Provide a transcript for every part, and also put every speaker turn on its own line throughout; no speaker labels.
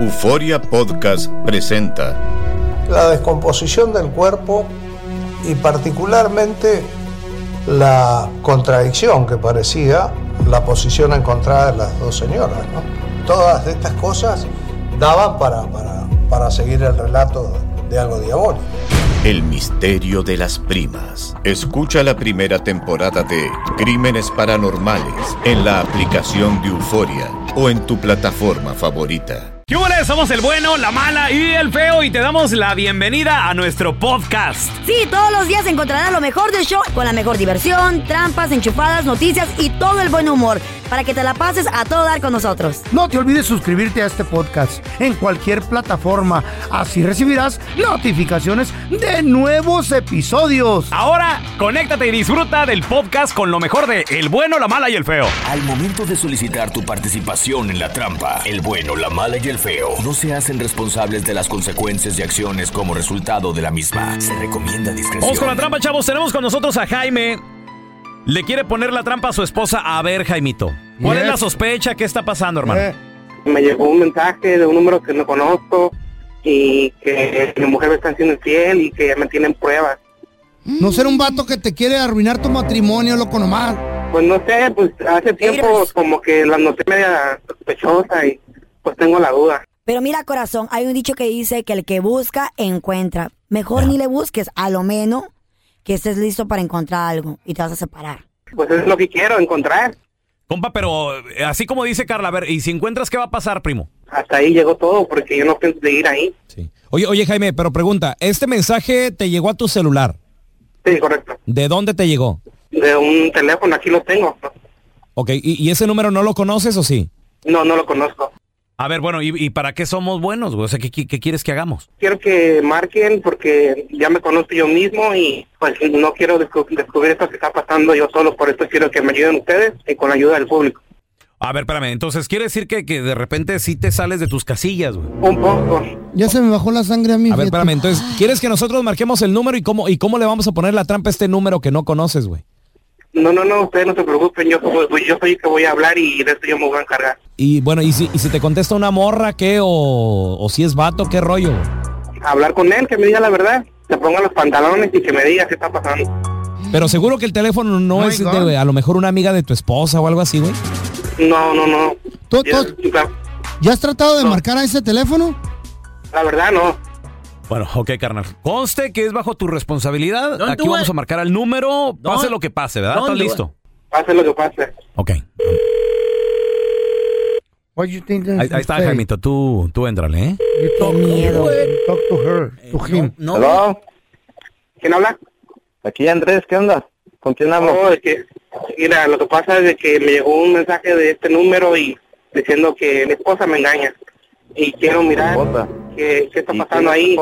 Euforia Podcast presenta
la descomposición del cuerpo y particularmente la contradicción que parecía la posición encontrada de las dos señoras. ¿no? Todas estas cosas daban para, para, para seguir el relato de algo diabólico.
El misterio de las primas. Escucha la primera temporada de Crímenes Paranormales en la aplicación de Euforia o en tu plataforma favorita.
¿Qué hubo? Somos el bueno, la mala y el feo y te damos la bienvenida a nuestro podcast.
Sí, todos los días encontrarás lo mejor del show con la mejor diversión, trampas, enchufadas, noticias y todo el buen humor para que te la pases a todo dar con nosotros.
No te olvides suscribirte a este podcast en cualquier plataforma. Así recibirás notificaciones de nuevos episodios.
Ahora, conéctate y disfruta del podcast con lo mejor de El bueno, la mala y el feo.
Al momento de solicitar tu participación en la trampa, el bueno, la mala y el feo no se hacen responsables de las consecuencias y acciones como resultado de la misma. Se recomienda discreción.
Vamos con la trampa, chavos. Tenemos con nosotros a Jaime. Le quiere poner la trampa a su esposa. A ver, Jaimito. ¿Cuál es la sospecha? ¿Qué está pasando, hermano?
Eh, Me llegó un mensaje de un número que no conozco y que mi mujer me está haciendo infiel y que me tienen pruebas.
No ser un vato que te quiere arruinar tu matrimonio, loco nomás.
Pues no sé, pues hace tiempo como que la noté media sospechosa y pues tengo la duda.
Pero mira, corazón, hay un dicho que dice que el que busca, encuentra. Mejor ni le busques, a lo menos que estés listo para encontrar algo y te vas a separar.
Pues es lo que quiero encontrar.
Compa, pero eh, así como dice Carla, a ver, ¿y si encuentras qué va a pasar, primo?
Hasta ahí llegó todo porque yo no pienso de ir ahí.
Oye, oye, Jaime, pero pregunta, ¿este mensaje te llegó a tu celular?
Sí, correcto.
¿De dónde te llegó?
De un teléfono, aquí lo tengo.
Ok, ¿y, y ese número no lo conoces o sí?
No, no lo conozco.
A ver, bueno, ¿y, y para qué somos buenos, güey? O sea, ¿qué, qué, qué quieres que hagamos?
Quiero que marquen porque ya me conozco yo mismo y pues no quiero descu- descubrir esto que está pasando yo solo. Por eso quiero que me ayuden ustedes y con la ayuda del público.
A ver, espérame, entonces quiere decir que, que de repente sí te sales de tus casillas, güey.
Un poco.
Ya se me bajó la sangre a mí.
A ver,
fíjate.
espérame, entonces, ¿quieres que nosotros marquemos el número y cómo, y cómo le vamos a poner la trampa a este número que no conoces, güey?
No, no, no, ustedes no se preocupen. Yo, soy- yo soy el que voy a hablar y de esto yo me voy a encargar.
Y bueno, ¿y si, y si te contesta una morra, qué? O, o si es vato, qué rollo? güey?
Hablar con él, que me diga la verdad. Se ponga los pantalones y que me diga qué está pasando.
Pero seguro que el teléfono no es de, a lo mejor, una amiga de tu esposa o algo así, güey.
No, no, no.
¿Tú-
Ya-
tú-
la,
¿Ya has tratado de marcar a ese teléfono?
la verdad, no.
Bueno, ok, carnal. Conste que es bajo tu responsabilidad.
Don't
Aquí
do
vamos
it.
a marcar el número, pase
Don't-
lo que pase, ¿verdad?
don't
¿Estás
do it.
listo?
Pase lo que pase.
Ok.
What you think
Ahí, ahí está, Jaimito. Tú, tú éntrale, ¿eh?
Qué miedo. Talk to her, to him.
Hello. ¿Quién habla? Aquí Andrés, ¿qué onda? ¿Con quién hablo? mira, lo que pasa es de que me llegó un mensaje de este número y diciendo que mi esposa me engaña. Y quiero mirar qué, qué está pasando ahí.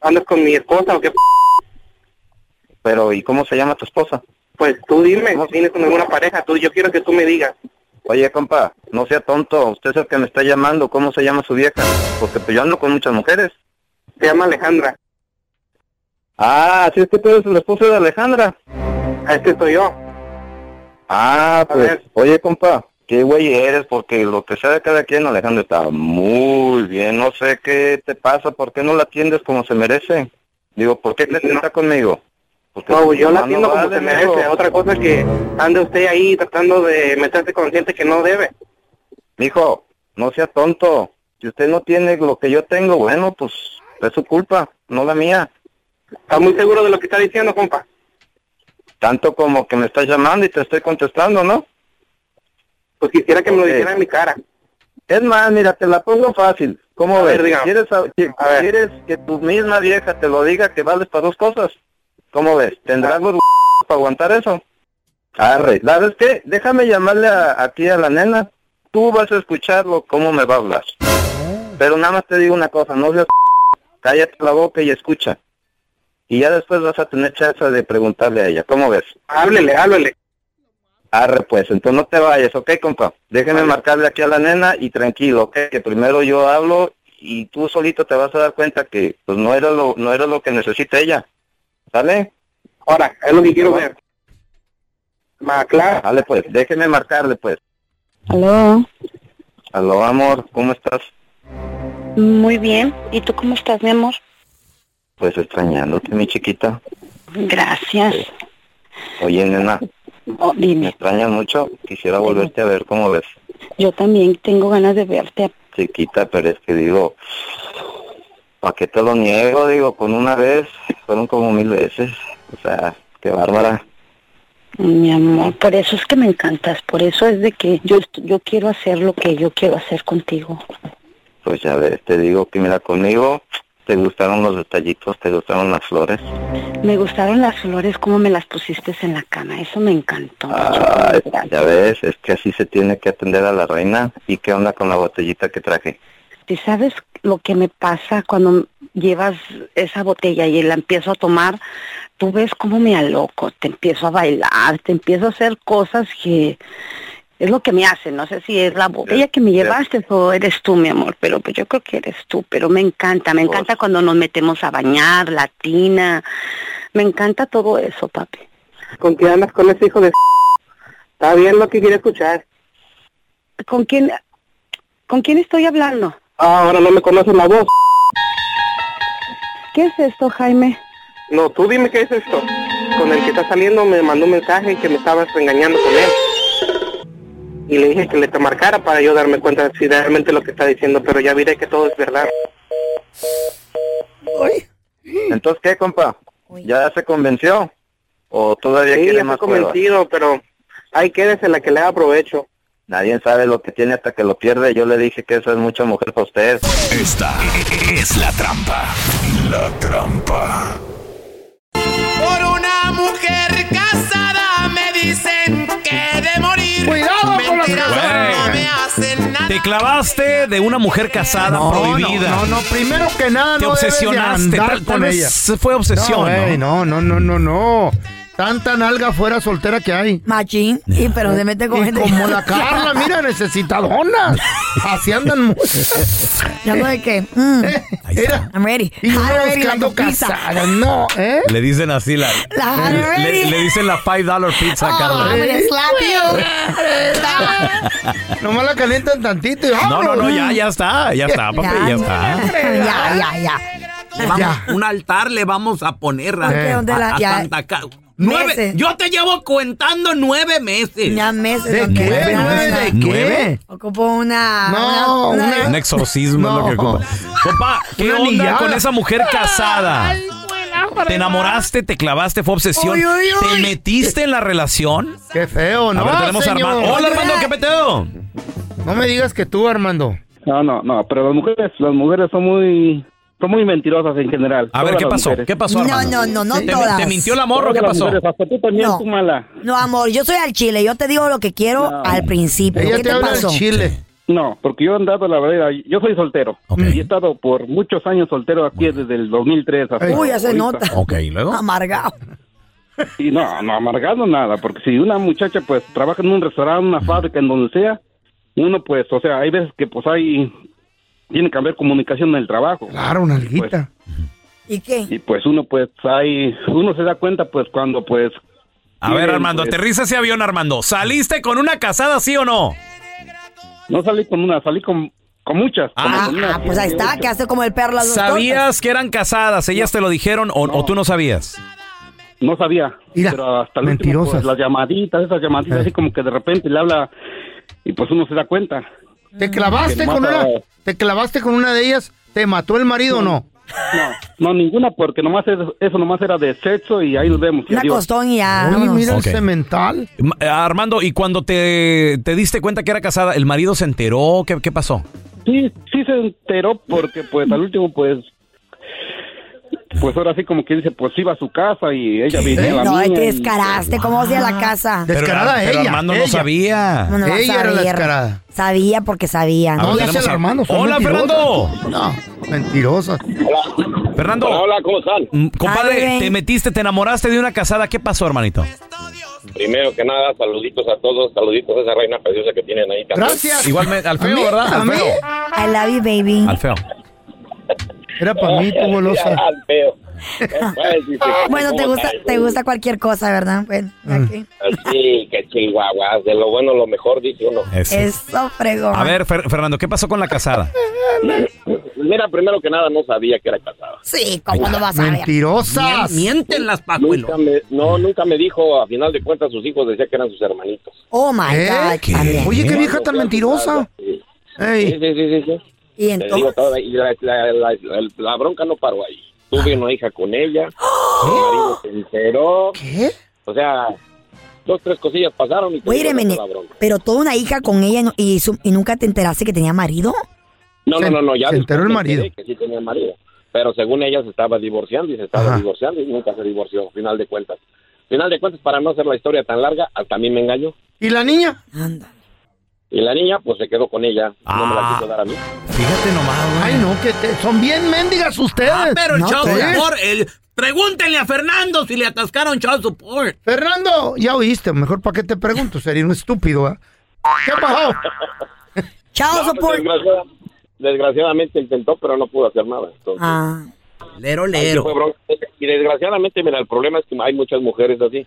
¿Andas con mi esposa o qué? p-?
Pero, ¿y cómo se llama tu esposa?
Pues tú dime, si tienes con alguna pareja, tú, yo quiero que tú me digas.
Oye, compa, no sea tonto. Usted es el que me está llamando. ¿Cómo se llama su vieja? Porque pues, yo ando con muchas mujeres. Se llama Alejandra. Ah, si es que tú eres el esposo de Alejandra. Este soy yo. Ah, pues, oye, compa, qué güey eres, porque lo que sea de cada quien, Alejandra está muy bien. No sé qué te pasa, ¿por qué no la atiendes como se merece? Digo, ¿por qué crees que está conmigo? Ah, No, pues yo la atiendo como se merece. Otra cosa es que ande usted ahí tratando de meterse con gente que no debe. Hijo, no sea tonto. Si usted no tiene lo que yo tengo, bueno, pues es su culpa, no la mía. ¿Está muy seguro de lo que está diciendo, compa? Tanto como que me estás llamando y te estoy contestando, ¿no? Pues quisiera que me lo dijera en mi cara. Es más, mira, te la pongo fácil. ¿Cómo
A
ves?
ver, dígame.
¿Quieres, a- qui-
A ver.
quieres que tu misma vieja te lo diga que vales para dos cosas? ¿Cómo ves? ¿Tendrás los para aguantar eso? Arre, ¿sabes qué? Déjame llamarle a, aquí a la nena. Tú vas a escucharlo cómo me va a hablar. Pero nada más te digo una cosa, no seas cállate la boca y escucha. Y ya después vas a tener chance de preguntarle a ella. ¿Cómo ves? Háblele, háblele. Arre, pues, entonces no te vayas, ¿ok, compa? Déjeme marcarle aquí a la nena y tranquilo, ¿ok? Que primero yo hablo y tú solito te vas a dar cuenta que pues no era lo, no era lo que necesita ella. ¿Sale? Ahora, es lo que quiero ver. Más claro. Dale, pues, déjeme marcarle, pues.
Aló,
Aló, amor, ¿cómo estás?
muy bien. ¿Y tú cómo estás, mi amor?
Pues extrañándote, mi chiquita.
Gracias.
Oye, nena,
Oh,
me
dime,
extrañas mucho. Quisiera volverte a ver, ¿cómo ves?
yo también tengo ganas de verte.
chiquita, pero es que digo, ¿para qué te lo niego? Digo, con una vez, fueron como mil veces. O sea, qué bárbara.
Mi amor, por eso es que me encantas, por eso es de que yo, est- yo quiero hacer lo que yo quiero hacer contigo.
Pues ya ves, te digo que mira, conmigo te gustaron los detallitos, te gustaron las flores.
Me gustaron las flores, como me las pusiste en la cama, eso me encantó.
Ay, ya ves, es que así se tiene que atender a la reina. ¿Y qué onda con la botellita que traje?
¿Tú sabes lo que me pasa cuando llevas esa botella y la empiezo a tomar? Tú ves cómo me aloco, te empiezo a bailar, te empiezo a hacer cosas que es lo que me hacen. No sé si es la botella que me llevaste o eres tú, mi amor, pero pues yo creo que eres tú, pero me encanta, me encanta cuando nos metemos a bañar, la tina, me encanta todo eso, papi.
¿Con quién andas con ese hijo de... Está bien lo que quiere escuchar.
¿Con quién, con quién estoy hablando?
Ah, ahora no me conoces la voz.
¿Qué es esto, Jaime?
No, tú dime qué es esto. Con el que está saliendo me mandó un mensaje que me estabas engañando con él. Y le dije que le te marcara para yo darme cuenta si realmente lo que está diciendo, pero ya miré que todo es verdad. Entonces, ¿qué, compa? ¿Ya se convenció? ¿O todavía
quiere
ya
más
está convencido, pero hay quédese la que le aprovecho. Nadie sabe lo que tiene hasta que lo pierde. Yo le dije que eso es mucha mujer para usted.
Esta es la trampa. La trampa.
Por una mujer casada me dicen que de morir.
Cuidado con las
Mentiras
casadas.
no me hacen nada.
Te clavaste de una mujer casada prohibida.
No, no, primero que nada,
Te
no debes de
obsesionaste,
andar
tal- tal
con
vez
ella.
fue obsesión,
No,
¿no?
ey, no, no, no, no, no. Tanta nalga fuera soltera que hay.
Machín, y pero se mete con
Y
gente-
como la Carla, mira, necesitadonas. Así andan. mu-
Ya no de qué. Mm. I'm ready.
Y uno
I'm ready like
buscando
a pizza.
casada, no, ¿eh?
Le dicen así la.
La- Oh,
le, le dicen la $5 pizza, a
I'm
Carla.
gonna slap you.
Nomás la calientan tantito y
No, no, no,
vámonos.
ya, ya está, ya está, papi, ya está.
Ya, ya, ya.
Un altar le vamos a poner a,
Porque donde
a-
la-
a
ya-
Santa Ca- Nueve-
Meses.
Yo te llevo contando nueve meses.
Ya meses.
¿De
ok.
qué?
Espérame,
¿Nueve de
espérame.
qué?
Ocupo una.
No,
Ah, una- una-
Un exorcismo es lo que ocupa. Papá, ¿qué
Una
onda
anillada.
con esa mujer casada? ¿Te enamoraste, te clavaste, fue obsesión?
Uy, uy, uy.
¿Te metiste en la relación?
Qué feo, ¿no?
A ver, tenemos a
señor?
Armando. Hola, Armando, ¿qué peteo?
No me digas que tú, Armando.
No, no, no, pero las mujeres, las mujeres son muy, son muy mentirosas en general.
A ver,
Todas
¿qué
las
pasó?
mujeres.
¿Qué pasó,
No, no, no, no
¿Te-
todas.
te mintió la morra o qué
Todas las
pasó?
mujeres, hasta tú también,
No.
tú mala.
No, amor, yo soy al chile. Yo te digo lo que quiero al principio. ¿Qué te pasó?
No, porque yo he andado, la verdad, yo soy soltero. Y he estado por muchos años soltero aquí desde el 2003. hasta
Uy, ya se
ahorita.
nota.
Ok, ¿y luego?
Amargado.
Y no, no amargado nada, porque si una muchacha pues trabaja en un restaurante, una fábrica, en donde sea, uno pues, o sea, hay veces que pues hay, tiene que haber comunicación en el trabajo. Pues,
Claro, una alguita.
¿Y qué?
Y pues uno pues hay, uno se da cuenta pues cuando pues...
A ver,
tienen,
Armando,
pues,
aterriza ese avión, Armando. ¿Saliste con una casada, sí o no?
No salí con una, salí con, con muchas.
Ah, ah, pues ahí está, que hace como el perro las dos tortas.
¿Sabías que eran casadas? ¿Ellas te lo dijeron o, o tú no sabías?
No sabía. pero hasta el último, pues, las llamaditas, esas
Eh.
llamaditas, así como que de repente le habla y pues uno se da cuenta.
¿Te clavaste
Que
con
nomás,
una?
eh,
¿Te clavaste con una de ellas? ¿Te mató el marido o no?
No, no, ninguna, porque nomás es- eso nomás era de sexo y ahí nos vemos. y adiós.
Uy, mira el
cemental.
eh, Armando, ¿y cuando te, te diste cuenta que era casada, el marido se enteró? ¿Qué, qué pasó?
Sí, sí se enteró porque pues al último pues... Pues ahora sí como que dice, pues iba a su casa y ella vivía en la
No,
mía.
ahí te
y-
descaraste, ¿cómo hacía
Ah.
la casa?
Pero- Descarada pero ella, Armando no ella. sabía.
No, no va a
Ella era la
saber.
descarada.
Sabía porque sabía.
No, dice el hermano. son mentirosas. No, mentirosas.
Fernando.
Hola, ¿cómo están?
Mm, Compadre, te metiste, te enamoraste de una casada. ¿Qué pasó, hermanito?
Primero que nada, saluditos a todos, saluditos a esa reina preciosa que tienen ahí. también.
Igualmente, al
¿A
feo,
mí?
¿verdad?
¿A
Al
mí?
feo.
I love you, baby.
Al feo.
Era para mí, tu golosa.
Al feo. Pues, dice,
Bueno, te
¿cómo
gusta,
estás?
te gusta cualquier cosa, ¿verdad? Bueno, aquí.
Sí, que chihuahua, de lo bueno lo mejor, dice uno.
Eso.
Eso
Oh.
fregón.
A ver, Fer- Fernando, ¿qué pasó con la casada?
Mira, primero que nada, no sabía que era casada.
Sí, ¿cómo no vas a ver?
Mentirosas.
Mienten las pajuelos. No, nunca me dijo, a final de cuentas, sus hijos decían que eran sus hermanitos.
Oh, my
¿Eh?
God.
¿Qué?
también.
Oye, qué vieja tan mentirosa.
Sí, sí, sí, sí, sí.
Y
Te digo
entonces,
todo, y la, la- la- la- la bronca no paró ahí. Tuve una hija con ella. Mi marido se enteró.
¿Qué?
O sea, dos, tres cosillas pasaron y te
Wait
digo,
a
no fue
minute.
la bronca.
pero toda una hija con ella y no- y, su- y nunca te enteraste que tenía marido.
No, no, no, no, ya.
se enteró el
me
marido.
enteré Que sí tenía marido. Pero según ella se estaba divorciando y se estaba
Ajá.
divorciando y nunca se divorció, final de cuentas. Final de cuentas, para no hacer la historia tan larga, hasta a mí me engañó.
¿Y la niña?
Y la niña, pues se quedó con ella. No me
Ah.
la quiso dar a mí.
Fíjate nomás, Ay, no, que te- son bien mendigas ustedes.
Ah,
Pero el
No,
show
pues,
¿eh?
support, el- pregúntenle a Fernando si le atascaron show support.
Fernando, ya oíste, mejor para qué te pregunto, sería un estúpido. ¿ah? ¿Qué pasó?
Chao,
soporte. desgraciadamente intentó, pero no pudo hacer nada. Entonces,
Ah,
Lero,
ahí
lero.
fue bronca. Y desgraciadamente, mira, el problema es que hay muchas mujeres así.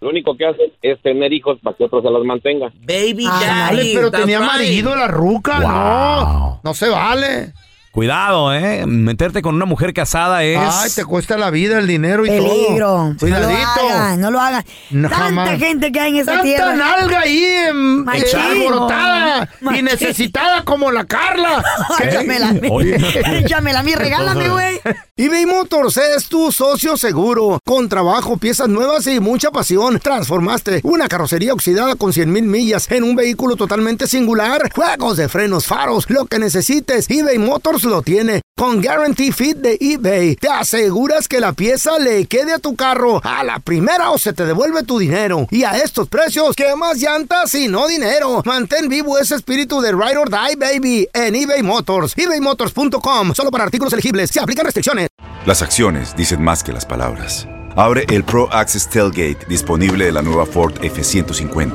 Lo único que hacen es tener hijos para que otros se los mantengan.
Baby
Dale,
daddy.
pero
that's
tenía
right.
marido la ruca, no. No se vale.
Cuidado, ¿eh? Meterte con una mujer casada es...
Ay, te cuesta la vida, el dinero y
Peligro.
todo. Cuidadito.
No lo hagan, no lo hagan.
No,
Tanta
jamás.
gente que hay en esa
Tanta
tierra.
nalga ahí em,
Machismo.
eh, alborotada y
Machismo.
necesitada como la Carla. ¿Eh?
Échamela a mí.
Oye.
Échamela a mí, regálame, güey.
eBay Motors es tu socio seguro. Con trabajo, piezas nuevas y mucha pasión. Transformaste una carrocería oxidada con 100 mil millas en un vehículo totalmente singular. Juegos de frenos, faros, lo que necesites, eBay Motors lo tiene. Con Guarantee Fit de eBay, te aseguras que la pieza le quede a tu carro a la primera o se te devuelve tu dinero. Y a estos precios, ¿qué más llantas y no dinero? Mantén vivo ese espíritu de Ride or Die, baby, en eBay Motors. ebaymotors.com, solo para artículos elegibles. Se aplican restricciones.
Las acciones dicen más que las palabras. Abre el Pro Access Tailgate disponible de la nueva Ford F-150.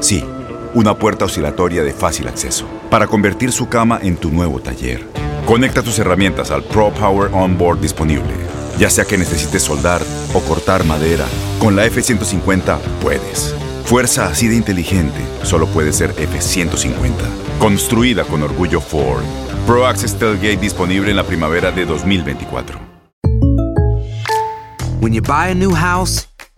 Sí, una puerta oscilatoria de fácil acceso para convertir su cama en tu nuevo taller. Conecta tus herramientas al Pro Power Onboard disponible. Ya sea que necesites soldar o cortar madera, con la F-150 puedes. Fuerza así de inteligente solo puede ser F-150. Construida con orgullo Ford. Pro Access Tailgate disponible en la primavera de 2024.
When you buy a new house,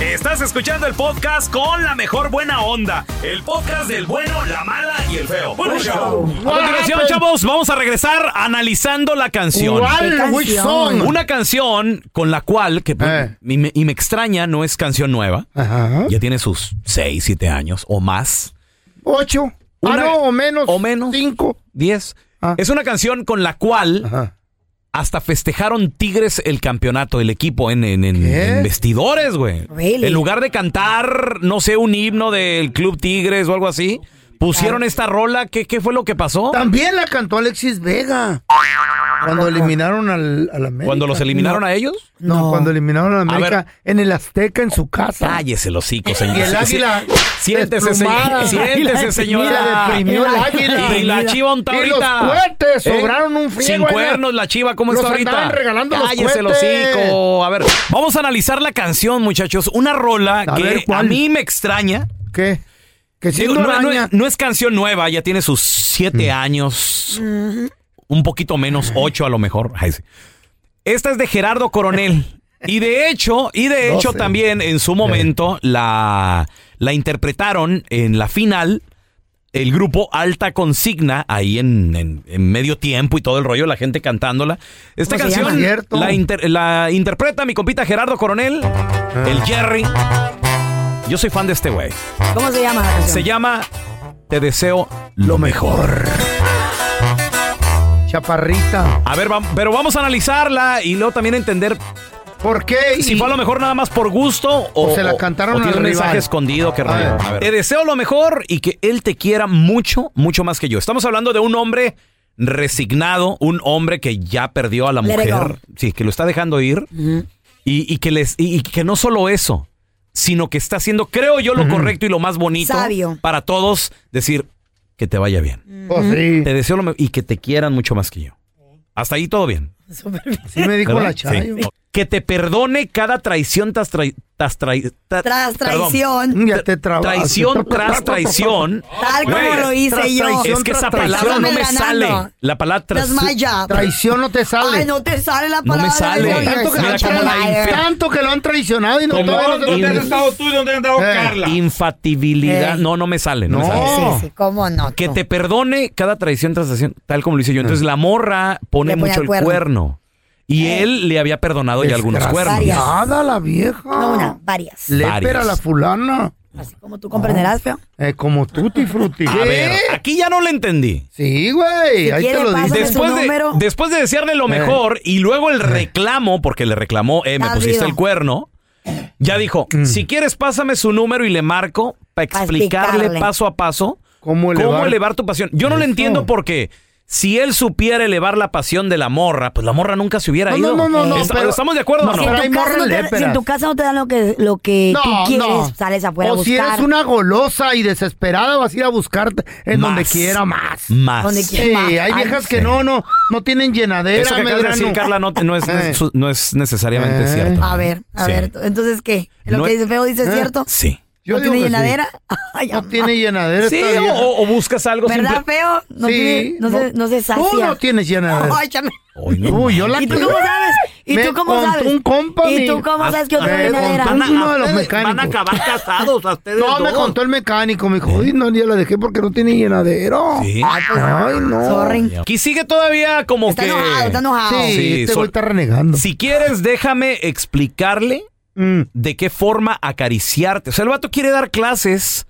Estás escuchando el podcast con la mejor buena onda. El podcast del bueno, la mala y el feo. Bueno, show. A continuación, chavos, vamos a regresar analizando la canción.
¿Cuál? ¿Qué canción? Which song?
Una canción con la cual, que
Eh.
y, me, y me extraña, no es canción nueva. Ya tiene sus 6, 7 años o más.
Ocho.
Una-
ah, no, o menos. Ah.
O menos.
5.
10. Es una canción con la cual hasta festejaron Tigres el campeonato, el equipo en, en- en- en vestidores, güey.
Really?
En lugar de cantar, no sé, un himno del Club Tigres o algo así, pusieron esta rola. ¿Qué, qué fue lo que pasó?
También la cantó Alexis Vega. Cuando eliminaron al, al América.
¿Cuando los eliminaron a ellos?
No, cuando eliminaron a América
ver.
en el Azteca, en su casa.
Cállese el hocico, señor.
Y el águila.
Siéntese, señora.
desplumada.
Siéntese, señora.
Mira, deprimió el águila.
Y la chiva un
Y los
ahorita.
cohetes,
¿Eh?
sobraron un friego,
Sin
oiga.
cuernos, la chiva, ¿cómo está
Los
ahorita?
andaban regalando los
Cállese el
cohetes.
hocico. A ver, vamos a analizar la canción, muchachos. Una rola
A
que
ver, ¿cuál?
a mí me extraña.
¿Qué? Que
Digo,
siendo
no, no
araña. Mm.
es, no es canción nueva, ya tiene sus siete años, un poquito menos, ocho a lo mejor. Ay, sí. Esta es de Gerardo Coronel. Y de hecho, y de hecho
Doce.
también en su momento la, la interpretaron en la final el grupo Alta Consigna, ahí en, en- en medio tiempo y todo el rollo, la gente cantándola. Esta
¿Cómo se
canción
llama? Cierto.
la, inter- la interpreta mi compita Gerardo Coronel, el
Ah.
Jerry. Yo soy fan de este güey.
¿Cómo se llama la canción?
Se llama Te deseo lo mejor.
Chaparrita.
A ver, vam- pero vamos a analizarla y luego también entender
por qué
si fue a lo mejor nada más por gusto o,
O se la cantaron
o tiene
al
un
rival.
mensaje escondido que
A
rollo.
ver.
A ver. Te deseo lo mejor y que él te quiera mucho, mucho más que yo. Estamos hablando de un hombre resignado, un hombre que ya perdió a la
Let it go.
mujer, sí, que lo está dejando ir y, y que les y, y que no solo eso, sino que está haciendo, creo yo, lo correcto y lo más bonito
Sabio.
para todos decir que te vaya bien.
Pues sí.
Te deseo lo mejor y que te quieran mucho más que yo. Hasta ahí todo bien.
Sí me dijo
¿Verdad?
la Chayo.
Sí. Que te perdone cada traición tras, trai- tras trai- tra-
Tras
perdón.
traición.
Mm, Ya te trabas.
Traición tras traición.
Tal como
Güey,
lo hice
tras
yo.
traición Es que esa
tras
palabra no me
traición.
sale. La palabra
That's
tras-
my job.
Traición no te sale.
Ay, no te sale la
No
palabra.
me sale.
de Dios.
Tanto que,
Mira
lo
cómo
han
la
traicionado,
infe-
tanto que lo han traicionado y no
Como
todavía no te-
in-
tú y dónde has estado
Eh, Infatibilidad.
Eh.
No, no me sale. No, me sale.
Sí, sí, cómo no.
Que te perdone cada traición tras traición, tal como lo hice yo. Entonces la morra pone
Le pone
mucho el
al cuerno. Eh.
cuerno. Y él le había perdonado ya algunos cuernos.
Desgraciada la vieja.
No, una, varias.
Lépera
Varias.
la fulana.
Como tú comprenderás, feo.
Eh, como tutti frutti.
A ver, aquí ya no le entendí.
Sí, güey.
Si
ahí
quiere,
te lo
pásame
digo. Eh.
su
Después de,
número.
después de desearle lo mejor y luego el reclamo, porque le reclamó, eh, me
Está
pusiste
ardido.
el cuerno, ya dijo,
Mm.
si quieres pásame su número y le marco para explicarle
explicarle.
paso a paso
cómo
elevar,
elevar-
tu pasión. Yo no le entiendo porque si él supiera elevar la pasión de la morra, pues la morra nunca se hubiera
No,
ido.
no, no, no,
Está-
pero-
¿Estamos de acuerdo o
No,
no?
pero
Si en tu
hay
casa no te-
morras
si en tu casa no te dan lo que, lo que tú quieres, sales afuera
o
a buscar.
si eres una golosa y desesperada, vas a ir a buscarte en
Más.
donde quiera más.
Más.
Donde
Sí,
quiera más.
hay
Ay,
viejas que
sí.
no, no, no tienen llenadera,
Eso que acabas de
Medrano.
decir, Carla, no, no es, no es- no es necesariamente
Eh.
cierto.
A ver, a
Sí.
ver. Entonces, ¿qué? Lo
No
que
es-
dice feo dice
Eh,
cierto.
Sí.
Yo
¿No
digo
tiene
que sí.
llenadera? Ay,
No
amá.
tiene llenadera
Sí,
esta vieja.
o, o buscas algo
¿Verdad,
simple.
feo? No,
Sí,
tiene- no, se, no se sacia.
Tú no tienes llenadera.
Ay, chame.
Hoy no
Uy, yo la
¿Y tú cómo sabes? ¿Y
Me
tú cómo
contó
sabes?
un compa,
¿Y
mi- eh,
tú cómo sabes que yo tengo
Me
llenadera?
Ah,
contó uno de los
Van a
mecánicos.
acabar casados a ustedes
No, me
dos.
contó el mecánico, me dijo, uy, no, yo la dejé porque no tiene llenadero.
Sí.
Ay, no.
pues, Sorry.
Aquí sigue todavía como
Está
que.
enojado, está enojado.
Sí,
Sí,
este
sol-
güey está renegando.
Si quieres, déjame explicarle
Mm.
de qué forma acariciarte. O sea, el vato quiere dar clases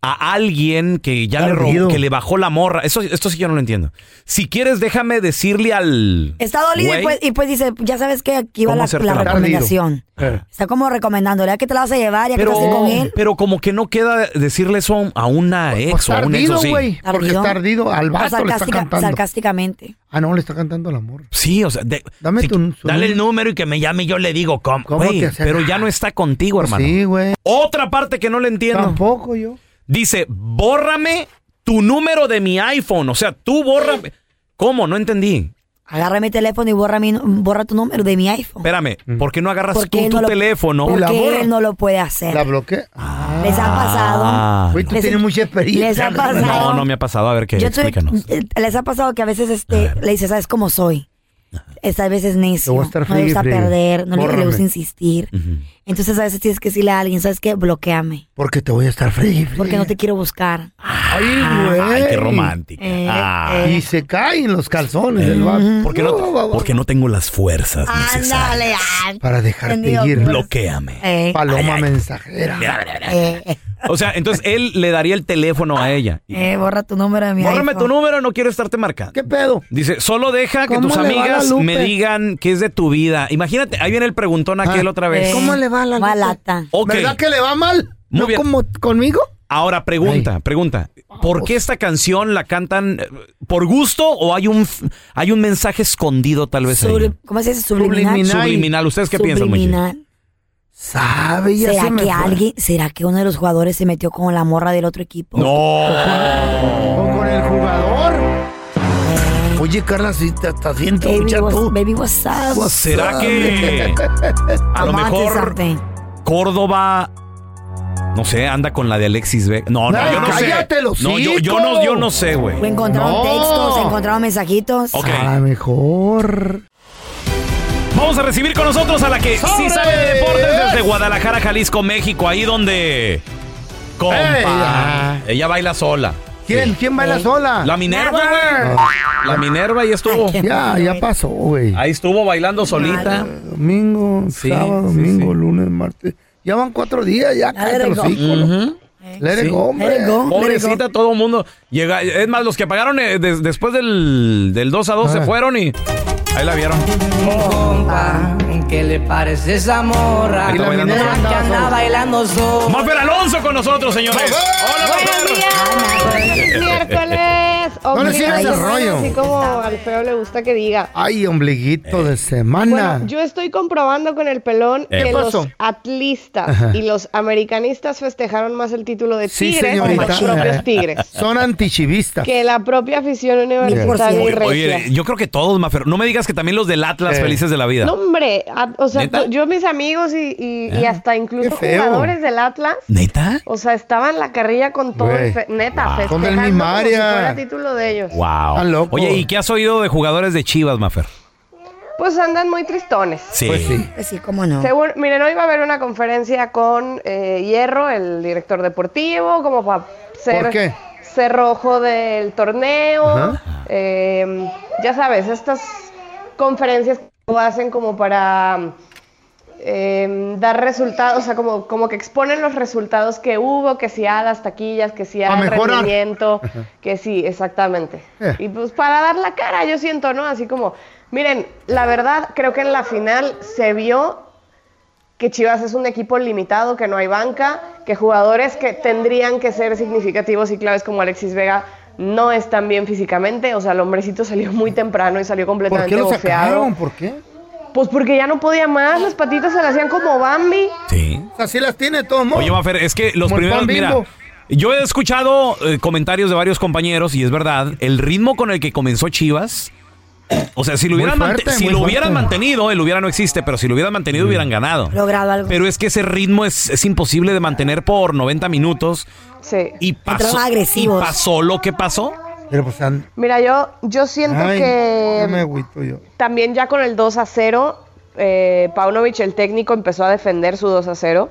a alguien que ya le robó,
Ardido.
que le bajó la morra. Eso, esto sí yo no lo entiendo. Si quieres, déjame decirle al.
Está dolido
güey
y pues, y pues dice, ya sabes que aquí va
cómo
la,
hacerte
la
el amor.
recomendación.
Eh.
Está como recomendándole a que te la vas a llevar, ya que estás con él.
Pero, pero como que no queda decirle eso a un- a una
Pues
ex o
está
a un ex. o
ardido,
sí.
güey. Porque
Ardido.
está ardido. Al
O
vato le está
sarcástica-
cantando.
sarcásticamente.
Ah, no, le está cantando el amor.
Sí, o sea, de-
Dame
si-
tu- su
Pues dale el número y que me llame y yo le digo cómo. Güey,
que se-
pero ya no está contigo, hermano.
Sí, güey.
Otra parte que no le entiendo.
Tampoco yo.
Dice, bórrame tu número de mi iPhone. O sea, tú bórrame. ¿Cómo? No entendí.
Agarra mi teléfono y borra, mi, borra tu número de mi iPhone.
Espérame, ¿por qué no agarras
¿Por qué
tú
él
tu
no lo-
teléfono?
Porque
Mm. la borra?
él no lo puede hacer. Ah.
¿La Ah. bloqueé?
Les ha pasado.
Güey, tú
Les-
tienes mucha experiencia.
les ha pasado.
Ah. No, no me ha pasado. A ver qué,
Yo soy-
explícanos.
eh, les ha pasado que a veces este, le dices, ¿sabes cómo soy? Esta vez es necio.
Te voy a estar
no le
friegue,
gusta
friegue.
perder, no le- le,
Bórrame.
gusta insistir. Entonces a veces tienes que decirle a alguien, ¿sabes qué? Bloqueame.
Porque te voy a estar frío.
Porque no te quiero buscar. Ah,
Ay, güey.
Ay, qué romántica.
Eh,
Ah.
Y se caen los calzones. el vato.
Porque no, porque no tengo las fuerzas
Ah.
necesarias
Ándale. ah, Eh,
Para dejarte
Entendido,
ir.
pues. Bloquéame.
Paloma
Ay, ay.
mensajera.
Mira, mira, mira. O sea, entonces él le daría el teléfono a ella.
Eh, borra tu número de mi
Bórrame
iPhone.
tu número, no quiero estarte marcando.
¿Qué pedo?
Dice, solo deja que
¿Cómo
tus
le va
amigas
la Lupe? Ah,
me digan qué es de tu vida. Imagínate, ahí viene el preguntón aquel otra vez.
eh. ¿Cómo le va a la
lata?
Ok.
¿Verdad que le va mal?
Muy
¿No
bien.
como conmigo?
Ahora, pregunta, pregunta. ¿Por qué esta canción la cantan eh, por gusto o hay un, f- hay un mensaje escondido tal vez ahí?
Sublim- ¿Cómo se dice? Subliminal.
Subliminal. ¿Ustedes qué piensan, Mochi?
Subliminal.
¿Sabe?
ya
¿Será
se me
que
fue.
alguien, será que uno de los jugadores se metió con la morra del otro equipo?
No. con el jugador? Oye, Carla, si te estás haciendo
Baby,
mucha
was-
tú.
baby, what's up?
Pues, ¿Será que
Come on,
a lo
do
mejor
something.
Córdoba, no sé, anda con la de Alexis Vega? No, no,
Ay,
yo no
cállate
sé.
el
No, yo, yo
hocico.
no, yo no Ah. sé, güey.
O encontraron
No.
textos, encontraron mensajitos.
Ok.
A Ah, mejor.
Vamos a recibir con nosotros a la que sí
¡Sobre!
sabe de deportes desde Guadalajara, Jalisco, México, ahí donde. Compa. Ella baila sola.
¿Quién? ¿Quién baila sola? Ah.
La Minerva, güey. La Minerva ahí estuvo.
Ya, ya pasó, güey.
Ahí estuvo bailando solita.
Domingo, sábado, domingo, lunes, martes. Ya van cuatro días, ya cállate
it
los
go.
hocico, ¿no? Let it
Sí.
go, hombre.
Pobrecita, todo el mundo. Llega, es más, los que pagaron eh, des- después del, del 2 a 2
Ah.
se fueron y ahí la vieron.
Compa, ¿qué le parece esa morra?
Ahí la bailando
La
sola.
que anda bailando sola.
Mafer Alonso con nosotros, señores.
Es miércoles.
No le
ombligo
sigas
de
el
semana,
rollo.
Así como al feo le gusta que diga.
Ay, ombliguito
Eh.
de semana.
Bueno, yo estoy comprobando con el pelón
¿Qué
que
pasó?
los atlistas
Ajá.
y los americanistas festejaron más el título de
sí,
Tigres que
señorita.
los propios Tigres.
Son antichivistas.
Que la propia afición universitaria y
Oye,
regia.
oye, yo creo que todos, Mafer. No me digas que también los del Atlas
Eh.
felices de la vida.
No, hombre, a- o sea,
¿Neta?
tú- yo mis amigos y, y- y hasta incluso
feo.
jugadores del Atlas.
¿Neta?
O sea, estaban la carrilla con todo
Güey.
el fe- neta,
Wow.
festejando
Con el
como
Mimaria.
si fuera título de ellos.
Wow.
Están locos.
Oye, ¿y qué has oído de jugadores de Chivas, Mafer?
Pues andan muy tristones.
Pues sí.
Pues sí, cómo no.
Según, miren, hoy va a haber una conferencia con eh, Hierro, el director deportivo, como para ser
¿Por qué?
cerrojo del torneo.
Ajá.
Eh, ya sabes, estas conferencias que lo hacen como para eh, dar resultados, o sea, como, como que exponen los resultados que hubo, que si a las taquillas, que si a
Pa'
el
mejorar.
rendimiento,
Ajá.
que sí, exactamente.
Eh.
Y pues para dar la cara, yo siento, ¿no? Así como, miren, la verdad, creo que en la final se vio que Chivas es un equipo limitado, que no hay banca, que jugadores que tendrían que ser significativos y claves como Alexis Vega no están bien físicamente, o sea, el hombrecito salió muy temprano y salió
¿Por
completamente
qué lo
bofeado.
sacaron? ¿Por qué?
Pues porque ya no podía más, las patitas se le hacían como Bambi.
Sí.
Así las tiene todo el mundo.
Oye, Mafer, es que los
Como el
primeros,
pan
mira,
bimbo.
yo he escuchado eh, comentarios de varios compañeros y es verdad, el ritmo con el que comenzó Chivas, o sea, si lo
Muy
hubieran, mante-
fuerte,
si
muy
lo
fuerte. Mm.
hubieran mantenido, el hubiera no existe, pero si lo hubieran mantenido hubieran ganado.
Logrado algo.
Pero es que ese ritmo es, es imposible de mantener por 90 minutos
Sí.
y pasó,
Entraron
y
agresivos.
pasó lo que pasó.
Pero pues an-
Mira, yo, yo siento
Ay,
que...
no me agüito yo.
También ya con el 2 a 0, eh, Paunovic, el técnico, empezó a defender su 2 a 0.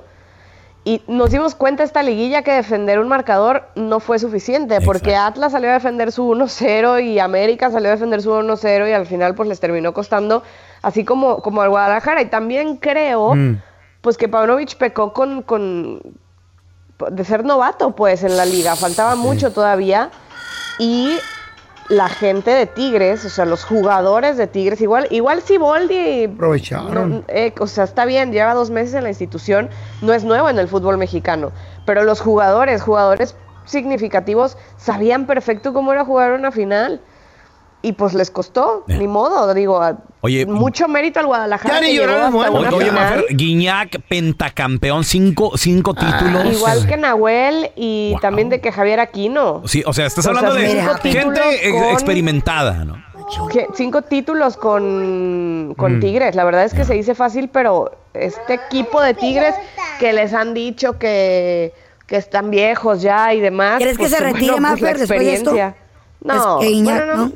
Y nos dimos cuenta esta liguilla que defender un marcador no fue suficiente, porque Atlas salió a defender su 1-0 y América salió a defender su 1-0 y al final pues les terminó costando, así como, como al Guadalajara. Y también creo
Mm.
pues que Paunovic pecó con, con de ser novato pues en la liga, faltaba mucho todavía y la gente de Tigres, o sea, los jugadores de Tigres, igual, igual si Boldi
Aprovecharon.
no, eh, o sea, está bien, lleva dos meses en la institución, no es nuevo en el fútbol mexicano, pero los jugadores, jugadores significativos, sabían perfecto cómo era jugar una final. Y pues les costó, ni modo, digo, a-
Eh. Oye,
mucho mérito al Guadalajara.
Ya ni
que llegó
llorar es
hasta
bueno.
una
Ah, Oye, oye,
final.
Mafer, Guiñac, pentacampeón, cinco, cinco títulos.
Ah, Igual que Nahuel y también de que Javier Aquino.
Sí, o sea, estás
O sea,
hablando de
cinco títulos
gente ex-
con-
experimentada, ¿no?
que- cinco títulos con, con
Mm.
Tigres. La verdad es que se dice fácil, pero este equipo de Tigres que les han dicho que, que están viejos ya y demás. pues,
¿Crees que se retire
más
Mafer después de esto?
No,
Es que Iñak,
bueno, no,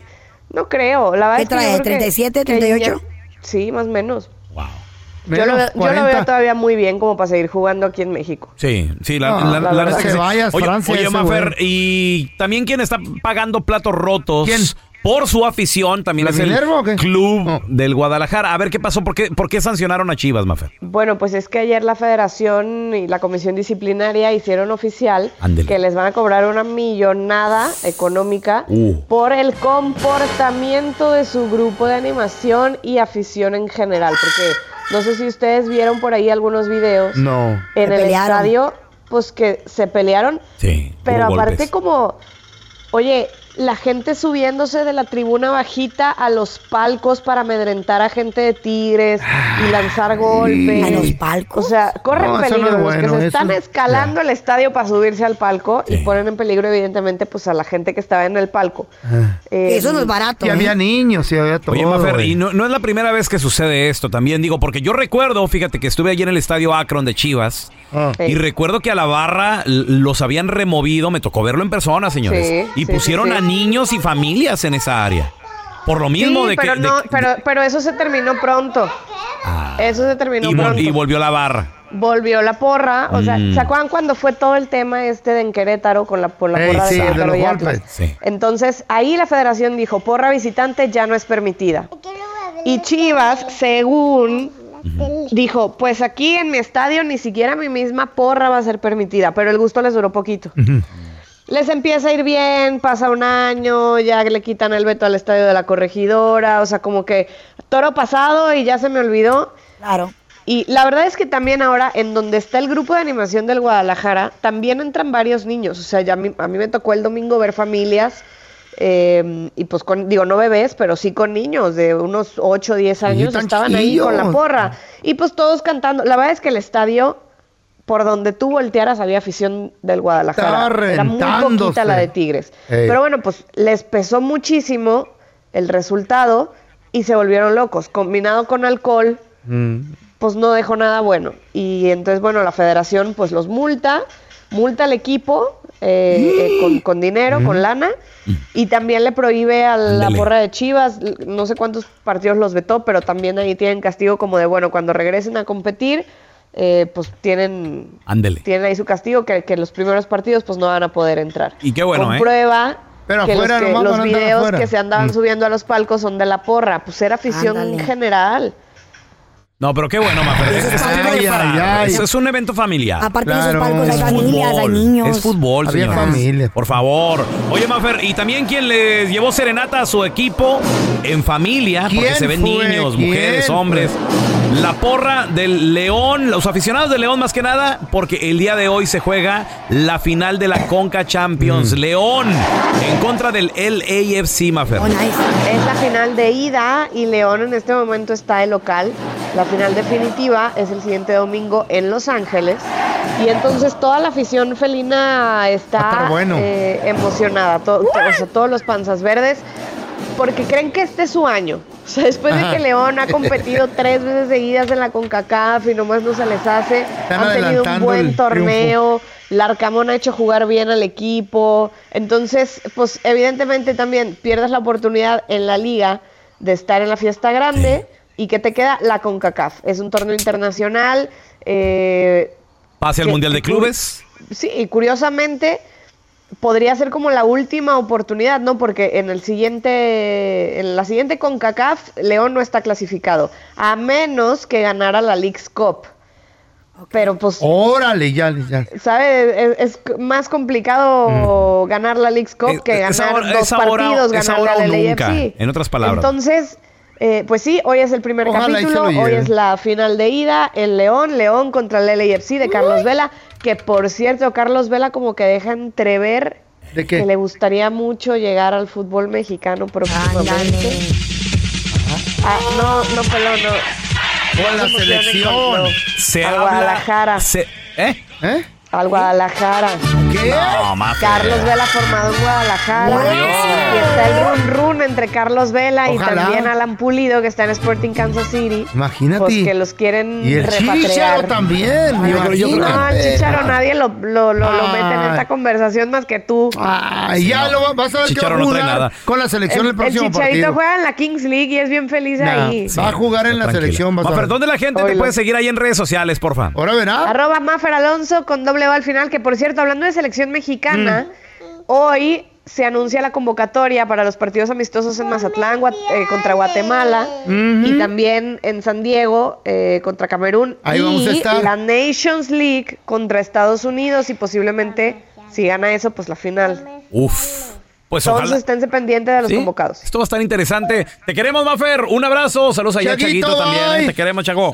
no creo. La verdad
¿Qué
es que
trae?
yo creo que-
¿37,
que Iñak-
38?
sí, más o menos. Yo lo,
Menos
veo- yo lo
40.
veo todavía muy bien como para seguir jugando aquí en México.
Sí, sí, la,
No,
la-
la
la
verdad
neta
que
sí.
vayas,
oye,
Francia,
oye,
ese
Mafer, y también quien está pagando platos rotos por su afición también
¿La
es el
Minerva
club del Guadalajara. A ver qué pasó, por qué, por qué sancionaron a Chivas, Mafer.
Bueno, pues es que ayer la federación y la comisión disciplinaria hicieron oficial
Ándele.
que les van a cobrar una millonada económica
Uh.
por el comportamiento de su grupo de animación y afición en general. Porque no sé si ustedes vieron por ahí algunos videos
No.
en
Se
el
pelearon.
estadio, pues que se pelearon.
Sí.
Pero
hubo
aparte
golpes.
como, oye, la gente subiéndose de la tribuna bajita a los palcos para amedrentar a gente de Tigres
Ah,
y lanzar golpes. A los
palcos.
O sea, corren
No, eso no es
peligro. los
bueno,
que se
eso-
están escalando el estadio para subirse al palco y ponen en peligro, evidentemente, pues a la gente que estaba en el palco.
Ah.
Eh,
Eso no es barato.
Y
¿eh?
había niños y había todo.
Oye, Mafer,
güey.
y no, no es la primera vez que sucede esto también, digo, porque yo recuerdo, fíjate que estuve allí en el estadio Akron de Chivas, y recuerdo que a la barra l- los habían removido, me tocó verlo en persona, señores,
Sí,
y
sí,
pusieron
sí, sí.
a niños y familias en esa área. Por lo mismo
sí,
de
pero
que... de- Ah.
no, pero, pero eso se terminó pronto. Eso se terminó
y, vol-
pronto.
y volvió la barra.
Volvió la porra, o sea,
Mm.
¿se acuerdan cuando fue todo el tema este de en Querétaro con la, por la
Ey,
porra
sí,
de
de
Querétaro
los
y Atlas?
golpes. Sí.
Entonces, ahí la federación dijo, porra visitante ya no es permitida. Y Chivas, según, dijo, pues aquí en mi estadio ni siquiera mi misma porra va a ser permitida, pero el gusto les duró poquito. Les empieza a ir bien, pasa un año, ya le quitan el veto al estadio de la corregidora, o sea, como que toro pasado y ya se me olvidó.
Claro.
Y la verdad es que también ahora, en donde está el grupo de animación del Guadalajara, también entran varios niños. O sea, ya a mí, a mí me tocó el domingo ver familias, eh, y pues con, digo, no bebés, pero sí con niños de unos 8 o 10 años,
tan
estaban ahí con la
chiquillos.
porra. Y pues todos cantando. La verdad es que el estadio, por donde tú voltearas, había afición del Guadalajara.
Estaba
Era muy poquita
rentándose.
la de Tigres.
Ey.
Pero bueno, pues les pesó muchísimo el resultado y se volvieron locos. Combinado con alcohol,
Mm.
pues no dejó nada bueno. Y entonces, bueno, la federación pues los multa, multa al equipo eh, eh, con, con dinero, con lana, y también le prohíbe a la
Ándale.
porra de Chivas, l- no sé cuántos partidos los vetó, pero también ahí tienen castigo como de, bueno, cuando regresen a competir, eh, pues tienen,
Ándele.
tienen ahí su castigo, que, que los primeros partidos pues no van a poder entrar.
Y qué bueno, ¿eh?
Comprueba
Pero
que
afuera
los, que-
nomás
los
van a andar
videos
afuera.
que se andaban
Mm.
subiendo a los palcos son de la porra, pues era afición
Ándale.
general.
No, pero qué bueno, Mafer. Eso, eso tiene que
Ay,
parar.
ay, ay.
Eso es un evento familiar.
Aparte de esos
Claro.
palcos hay
Es
familias, hay niños.
Es fútbol,
Había
señores.
familia.
Por favor. Oye, Mafer, y también quien les llevó serenata a su equipo en familia, porque
¿Quién
se ven
fue?
niños,
¿Quién
mujeres,
fue?
hombres. La porra del León, los aficionados del León más que nada, porque el día de hoy se juega la final de la Conca
Mm.
Champions. León en contra del LAFC, Mafer.
Es la final de ida y León en este momento está de local. La final definitiva es el siguiente domingo en Los Ángeles. Y entonces toda la afición felina está
Ah, pero bueno.
eh, emocionada. To- to- o sea, todos los panzas verdes. Porque creen que este es su año. O sea, después
Ajá.
de que León ha competido tres veces seguidas en la CONCACAF y nomás no se les hace,
Están
han tenido un
adelantando
buen
el triunfo.
torneo, Larcamón ha hecho jugar bien al equipo. Entonces, pues evidentemente también pierdes la oportunidad en la liga de estar en la fiesta grande y que te queda la CONCACAF. Es un torneo internacional. eh,
Pase al
que-
Mundial de
que cur-
Clubes.
Sí, y curiosamente podría ser como la última oportunidad, ¿no? Porque en el siguiente, en la siguiente CONCACAF, León no está clasificado, a menos que ganara la League's Cup. Pero pues
Órale, ya, ya.
¿Sabe? Es, es c- más complicado ganar la League's Cup que ganar
Mm. es ahora-
dos
es ahora-
partidos,
es
ganar
ahora
la
o
LAFC.
nunca, en otras palabras.
Entonces, eh, pues sí, hoy es el primer
Ojalá y se
capítulo,
lo
hoy
lleven.
es la final de ida, el León, León contra el LAFC de Carlos Vela, que por cierto, Carlos Vela como que deja entrever
¿De qué?
que le gustaría mucho llegar al fútbol mexicano próximamente. Ah, no, no, pelón, no.
O a la
No se emocionen con
selección.
lo-
Se
al
habla-
Guadalajara.
se- ¿Eh?
Al Guadalajara.
¿Qué?
No, más
Carlos Vela formado en Guadalajara. Y está el run run entre Carlos Vela y
Ojalá.
también Alan Pulido, que está en Sporting Kansas City.
Imagínate.
Pues que los quieren
Y el Chícharo
repatriar.
también.
Ay,
yo creo- yo creo-
no, el Chicharo nadie lo, lo, lo, lo mete en
Ay.
esta conversación más que tú.
Ay, ya lo va- vas a ver que va a jugar con la selección el,
el,
próximo
el Chicharito
partido.
juega en la Kings League y es bien feliz
Nah,
ahí.
Va a jugar en la
Tranquila.
selección. vas a
Mafer,
ver.
¿dónde la gente te
Oilo.
puede seguir ahí en redes sociales, porfa?
Ahora verá.
Arroba Mafer Alonso con doble O al final, que por cierto, hablando de selección mexicana, hoy se anuncia la convocatoria para los partidos amistosos en Mazatlán Gua- eh, contra Guatemala y también en San Diego eh, contra Camerún
Ahí
y
vamos a estar.
la Nations League contra Estados Unidos y posiblemente si gana eso pues la final.
Uf. Pues
Entonces
ojalá.
esténse pendientes de los
Sí.
convocados.
Esto va a estar interesante. Te queremos, Mafer. Un abrazo. Saludos allá,
Chaguito,
Chaguito, también. ¿eh?
bye.
Te queremos, Chago.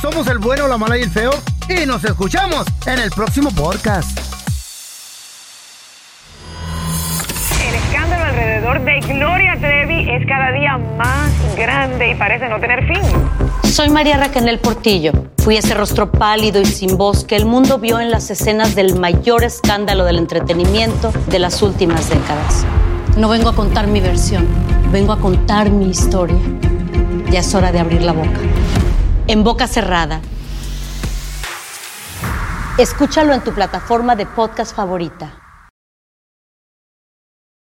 Somos el bueno, la mala y el feo. Y nos escuchamos en el próximo podcast.
El escándalo alrededor de Gloria Trevi es cada día más grande y parece no tener fin.
Soy María Raquel Portillo. Fui ese rostro pálido y sin voz que el mundo vio en las escenas del mayor escándalo del entretenimiento de las últimas décadas. No vengo a contar mi versión, vengo a contar mi historia. Ya es hora de abrir la boca. En boca cerrada. Escúchalo en tu plataforma de podcast favorita.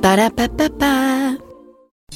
Para pa pa pa.